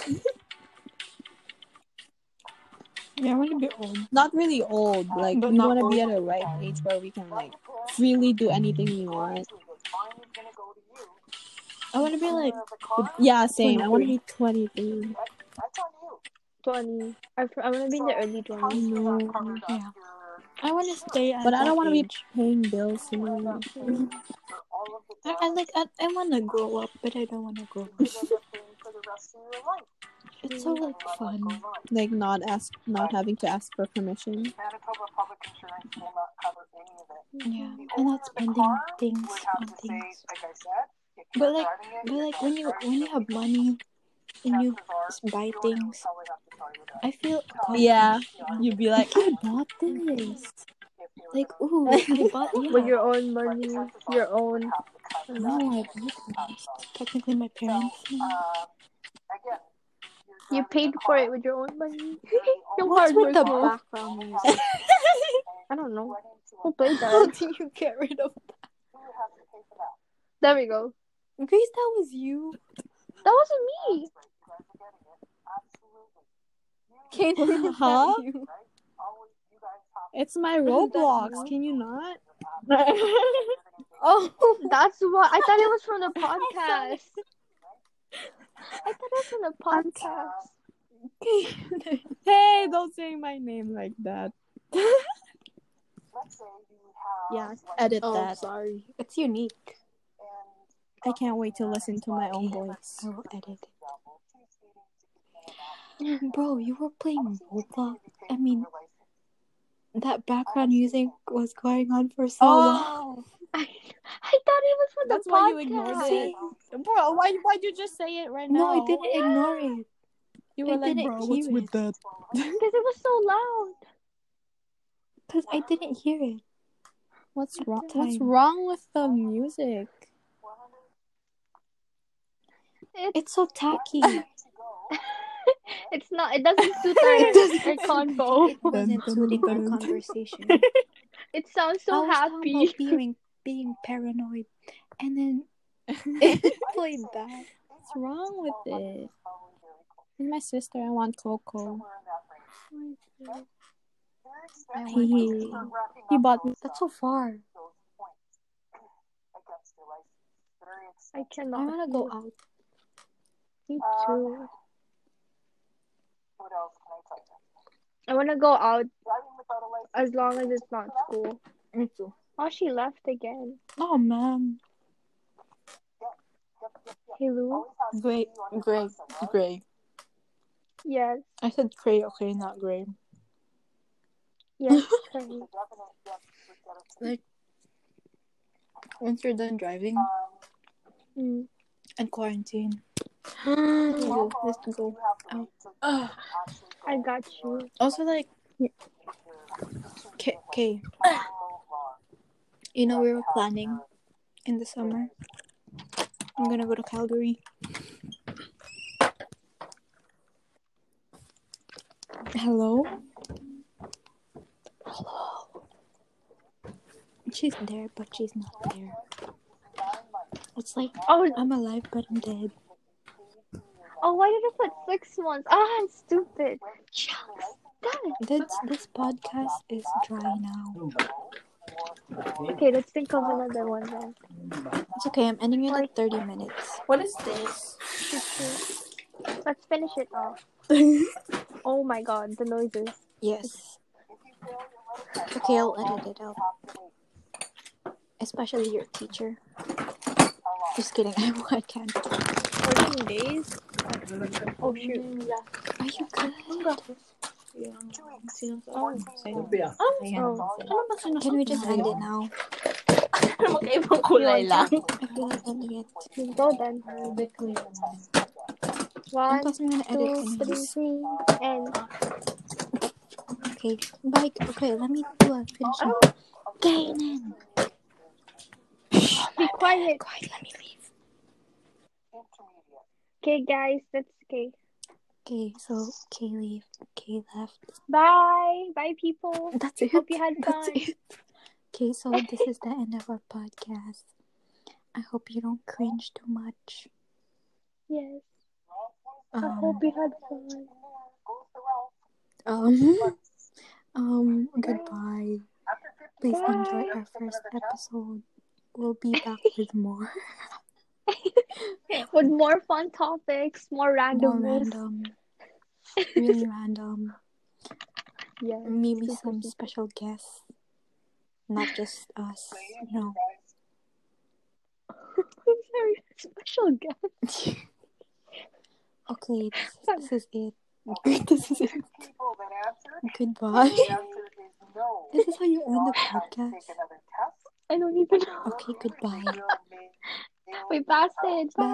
[SPEAKER 3] Yeah, I want to be old.
[SPEAKER 1] not really old. Like
[SPEAKER 3] But
[SPEAKER 1] we
[SPEAKER 3] not
[SPEAKER 1] wanna be at
[SPEAKER 3] old.
[SPEAKER 1] a right age where we can like freely do anything we want.
[SPEAKER 3] I want to be like
[SPEAKER 1] Yeah, same. I wanna
[SPEAKER 3] 23.
[SPEAKER 1] be 23.
[SPEAKER 2] Twenty. I, I wanna be in the early twenties.
[SPEAKER 1] No,
[SPEAKER 3] yeah. I want to stay at
[SPEAKER 1] but I
[SPEAKER 3] that
[SPEAKER 1] don't want to be
[SPEAKER 3] age.
[SPEAKER 1] paying bills. You know?
[SPEAKER 3] I, I like I, I want to grow up, but I don't want to grow up. it's so like
[SPEAKER 4] oh
[SPEAKER 3] fun.
[SPEAKER 1] Like not ask, not having to ask for permission.
[SPEAKER 4] Manitoba Public Insurance will not cover any of it.
[SPEAKER 3] Yeah,
[SPEAKER 4] The
[SPEAKER 3] and
[SPEAKER 4] owner
[SPEAKER 3] not
[SPEAKER 4] of the
[SPEAKER 3] spending
[SPEAKER 4] car
[SPEAKER 3] things
[SPEAKER 4] would have
[SPEAKER 3] on
[SPEAKER 4] to say,
[SPEAKER 3] things.
[SPEAKER 4] like I said, if
[SPEAKER 3] But
[SPEAKER 4] you're
[SPEAKER 3] like,
[SPEAKER 4] driving it,
[SPEAKER 3] but
[SPEAKER 4] you're
[SPEAKER 3] like
[SPEAKER 4] not
[SPEAKER 3] when you
[SPEAKER 4] driving
[SPEAKER 3] when
[SPEAKER 4] it.
[SPEAKER 3] you have money and you
[SPEAKER 4] Chances are,
[SPEAKER 3] s- buy
[SPEAKER 4] the owner will
[SPEAKER 3] things,
[SPEAKER 4] probably have to tell you that.
[SPEAKER 3] I feel accomplished.
[SPEAKER 1] Yeah, you'd be like, I bought this.
[SPEAKER 4] If you were
[SPEAKER 3] Like,
[SPEAKER 4] gonna
[SPEAKER 3] ooh, I bought yeah.
[SPEAKER 2] With your own money, your own.
[SPEAKER 4] have to
[SPEAKER 3] no,
[SPEAKER 4] cut that
[SPEAKER 3] I
[SPEAKER 4] in.
[SPEAKER 3] bought this. Technically, my
[SPEAKER 4] So,
[SPEAKER 3] parents.
[SPEAKER 4] um, again,
[SPEAKER 2] You
[SPEAKER 4] you're driving
[SPEAKER 2] paid
[SPEAKER 4] the
[SPEAKER 2] for
[SPEAKER 4] car,
[SPEAKER 2] it with your own money.
[SPEAKER 4] you're the
[SPEAKER 2] Your
[SPEAKER 4] owner
[SPEAKER 2] hard
[SPEAKER 3] What's
[SPEAKER 2] work.
[SPEAKER 3] with the
[SPEAKER 2] girl.
[SPEAKER 3] background
[SPEAKER 4] of
[SPEAKER 3] music?
[SPEAKER 4] the car,
[SPEAKER 2] I
[SPEAKER 4] and
[SPEAKER 2] don't know.
[SPEAKER 4] running to a-
[SPEAKER 2] Who played
[SPEAKER 3] How
[SPEAKER 2] that?
[SPEAKER 3] do you get rid of that?
[SPEAKER 4] who would have to pay for that?
[SPEAKER 2] There we go.
[SPEAKER 3] Grace, that was you.
[SPEAKER 2] That wasn't me.
[SPEAKER 4] Right, you guys are
[SPEAKER 3] Can't
[SPEAKER 4] getting it. Absolutely. You,
[SPEAKER 3] believe that
[SPEAKER 1] Huh?
[SPEAKER 3] was you.
[SPEAKER 4] right, always, you guys have to
[SPEAKER 1] It's my Roblox. Can you not?
[SPEAKER 3] Oh,
[SPEAKER 2] That's what I thought it was from the podcast. I thought it was from the
[SPEAKER 4] uh,
[SPEAKER 2] podcast.
[SPEAKER 3] okay.
[SPEAKER 1] Hey, don't say my name like that.
[SPEAKER 4] Let's say you have
[SPEAKER 1] Yeah,
[SPEAKER 4] like,
[SPEAKER 1] edit
[SPEAKER 3] oh,
[SPEAKER 1] that.
[SPEAKER 3] sorry. It's unique.
[SPEAKER 4] and
[SPEAKER 1] I can't wait to listen to my own voice.
[SPEAKER 3] I will edit it.
[SPEAKER 4] example, two students to give them an
[SPEAKER 3] Bro, you were playing Roblox. Oh I mean, That background music was going on for so
[SPEAKER 1] Oh,
[SPEAKER 3] long.
[SPEAKER 5] Oh.
[SPEAKER 2] I, I thought it was for
[SPEAKER 1] That's
[SPEAKER 2] the
[SPEAKER 1] why you
[SPEAKER 2] podcast.
[SPEAKER 1] ignored
[SPEAKER 3] See?
[SPEAKER 1] it. Bro, why why'd you just say it right
[SPEAKER 3] No,
[SPEAKER 1] now?
[SPEAKER 3] I didn't ignore it.
[SPEAKER 1] You were
[SPEAKER 3] I
[SPEAKER 1] like,
[SPEAKER 3] didn't
[SPEAKER 1] bro,
[SPEAKER 3] hear
[SPEAKER 1] what's with
[SPEAKER 3] it."
[SPEAKER 1] that?
[SPEAKER 2] Because it was so loud.
[SPEAKER 3] Because I didn't hear it.
[SPEAKER 1] What's wrong? What's
[SPEAKER 3] Time.
[SPEAKER 1] wrong with the music?
[SPEAKER 2] It's
[SPEAKER 3] It's so tacky.
[SPEAKER 2] it's not. It doesn't suit
[SPEAKER 3] It doesn't
[SPEAKER 2] our, our
[SPEAKER 3] suit-
[SPEAKER 2] convo.
[SPEAKER 3] It wasn't suiting our conversation.
[SPEAKER 2] It sounds
[SPEAKER 3] I
[SPEAKER 2] so
[SPEAKER 3] was talking
[SPEAKER 2] happy.
[SPEAKER 3] about being, being paranoid. And then it played that.
[SPEAKER 1] What's wrong with it? And my sister, I want Coco.
[SPEAKER 3] He,
[SPEAKER 1] He bought me.
[SPEAKER 3] that's so far.
[SPEAKER 2] I
[SPEAKER 3] I
[SPEAKER 2] cannot.
[SPEAKER 3] want to go out.
[SPEAKER 2] Me
[SPEAKER 4] Uh,
[SPEAKER 2] too.
[SPEAKER 4] What else can I tell you?
[SPEAKER 2] I want to go out
[SPEAKER 4] Driving without a license.
[SPEAKER 2] as long as it's not school.
[SPEAKER 3] Me too.
[SPEAKER 2] Oh, she left again.
[SPEAKER 3] Oh, man.
[SPEAKER 4] Yep, yep, yep.
[SPEAKER 2] Hey, Lou.
[SPEAKER 4] Always has to
[SPEAKER 5] Gray,
[SPEAKER 4] be on the
[SPEAKER 5] gray,
[SPEAKER 4] person, right?
[SPEAKER 5] gray.
[SPEAKER 2] Yes.
[SPEAKER 5] I said gray, okay, not gray.
[SPEAKER 2] Yes. sorry.
[SPEAKER 4] The definite yes would get us to-
[SPEAKER 5] Like, once you're done driving
[SPEAKER 4] Um,
[SPEAKER 2] Mm.
[SPEAKER 5] and quarantine,
[SPEAKER 4] how
[SPEAKER 5] you
[SPEAKER 4] long
[SPEAKER 5] just
[SPEAKER 4] do
[SPEAKER 5] go.
[SPEAKER 4] you
[SPEAKER 5] Ow.
[SPEAKER 1] Oh,
[SPEAKER 4] have to wait till you
[SPEAKER 5] Ugh.
[SPEAKER 4] actually go
[SPEAKER 2] I got
[SPEAKER 4] to your-
[SPEAKER 2] you.
[SPEAKER 5] Also, like,
[SPEAKER 4] your-
[SPEAKER 5] K,
[SPEAKER 4] like,
[SPEAKER 5] K,
[SPEAKER 4] how long
[SPEAKER 5] you know, we
[SPEAKER 4] you
[SPEAKER 5] were
[SPEAKER 4] have
[SPEAKER 5] planning
[SPEAKER 4] to-
[SPEAKER 5] in the summer. I'm gonna go to Calgary. Hello?
[SPEAKER 3] She's there, but she's not there. It's like,
[SPEAKER 2] Oh,
[SPEAKER 3] I'm alive, but I'm dead.
[SPEAKER 2] oh, why did I put six months? Ah, I'm stupid. Shucks. Done.
[SPEAKER 3] This, this podcast is dry now.
[SPEAKER 2] Okay, let's think of another one then.
[SPEAKER 3] It's okay, I'm ending in like 30 minutes.
[SPEAKER 5] What is this?
[SPEAKER 2] Let's finish it off. Oh my god, the noises.
[SPEAKER 3] Yes. Okay, I'll edit it out. Especially your teacher. Just kidding, I, I can't.
[SPEAKER 2] 14 days? Oh shoot.
[SPEAKER 3] Are you good?
[SPEAKER 2] Oh.
[SPEAKER 3] Can we just end it now?
[SPEAKER 2] kulay lang.
[SPEAKER 3] I feel like ending it.
[SPEAKER 2] Let's go then.
[SPEAKER 3] And
[SPEAKER 2] One,
[SPEAKER 3] plus, I'm gonna edit
[SPEAKER 2] two,
[SPEAKER 3] anyways.
[SPEAKER 2] three, and
[SPEAKER 3] Okay, bye. Okay, let me do a finishing.
[SPEAKER 2] Oh.
[SPEAKER 3] Kanan!
[SPEAKER 2] be quiet.
[SPEAKER 3] Quiet, let me leave.
[SPEAKER 2] Okay, guys, that's okay.
[SPEAKER 3] Okay, so Kay leave. Kay left.
[SPEAKER 2] Bye. Bye, people.
[SPEAKER 3] That's it.
[SPEAKER 2] Hope you had
[SPEAKER 3] That's
[SPEAKER 2] fun.
[SPEAKER 3] it. Okay, so this is the end of our podcast. I hope you don't cringe too much.
[SPEAKER 2] Yes. I hope
[SPEAKER 3] Um,
[SPEAKER 2] you had fun.
[SPEAKER 3] um, um, goodbye. Please enjoy our first episode. We'll be back with more,
[SPEAKER 2] With more fun topics, more
[SPEAKER 3] more
[SPEAKER 2] random
[SPEAKER 3] random, really random.
[SPEAKER 2] Yes.
[SPEAKER 3] Maybe
[SPEAKER 2] super,
[SPEAKER 3] some
[SPEAKER 2] super.
[SPEAKER 3] special guests, not just us. You
[SPEAKER 2] I'm sorry. Special guest.
[SPEAKER 3] know. Okay, this, this is it. this is it.
[SPEAKER 4] People that answer,
[SPEAKER 3] Goodbye.
[SPEAKER 4] the answer is no.
[SPEAKER 3] This is how you end the
[SPEAKER 4] Not time to take
[SPEAKER 3] podcast.
[SPEAKER 4] another test.
[SPEAKER 2] I don't even know.
[SPEAKER 3] Okay, goodbye.
[SPEAKER 4] You'll make-
[SPEAKER 2] We passed it. Bye.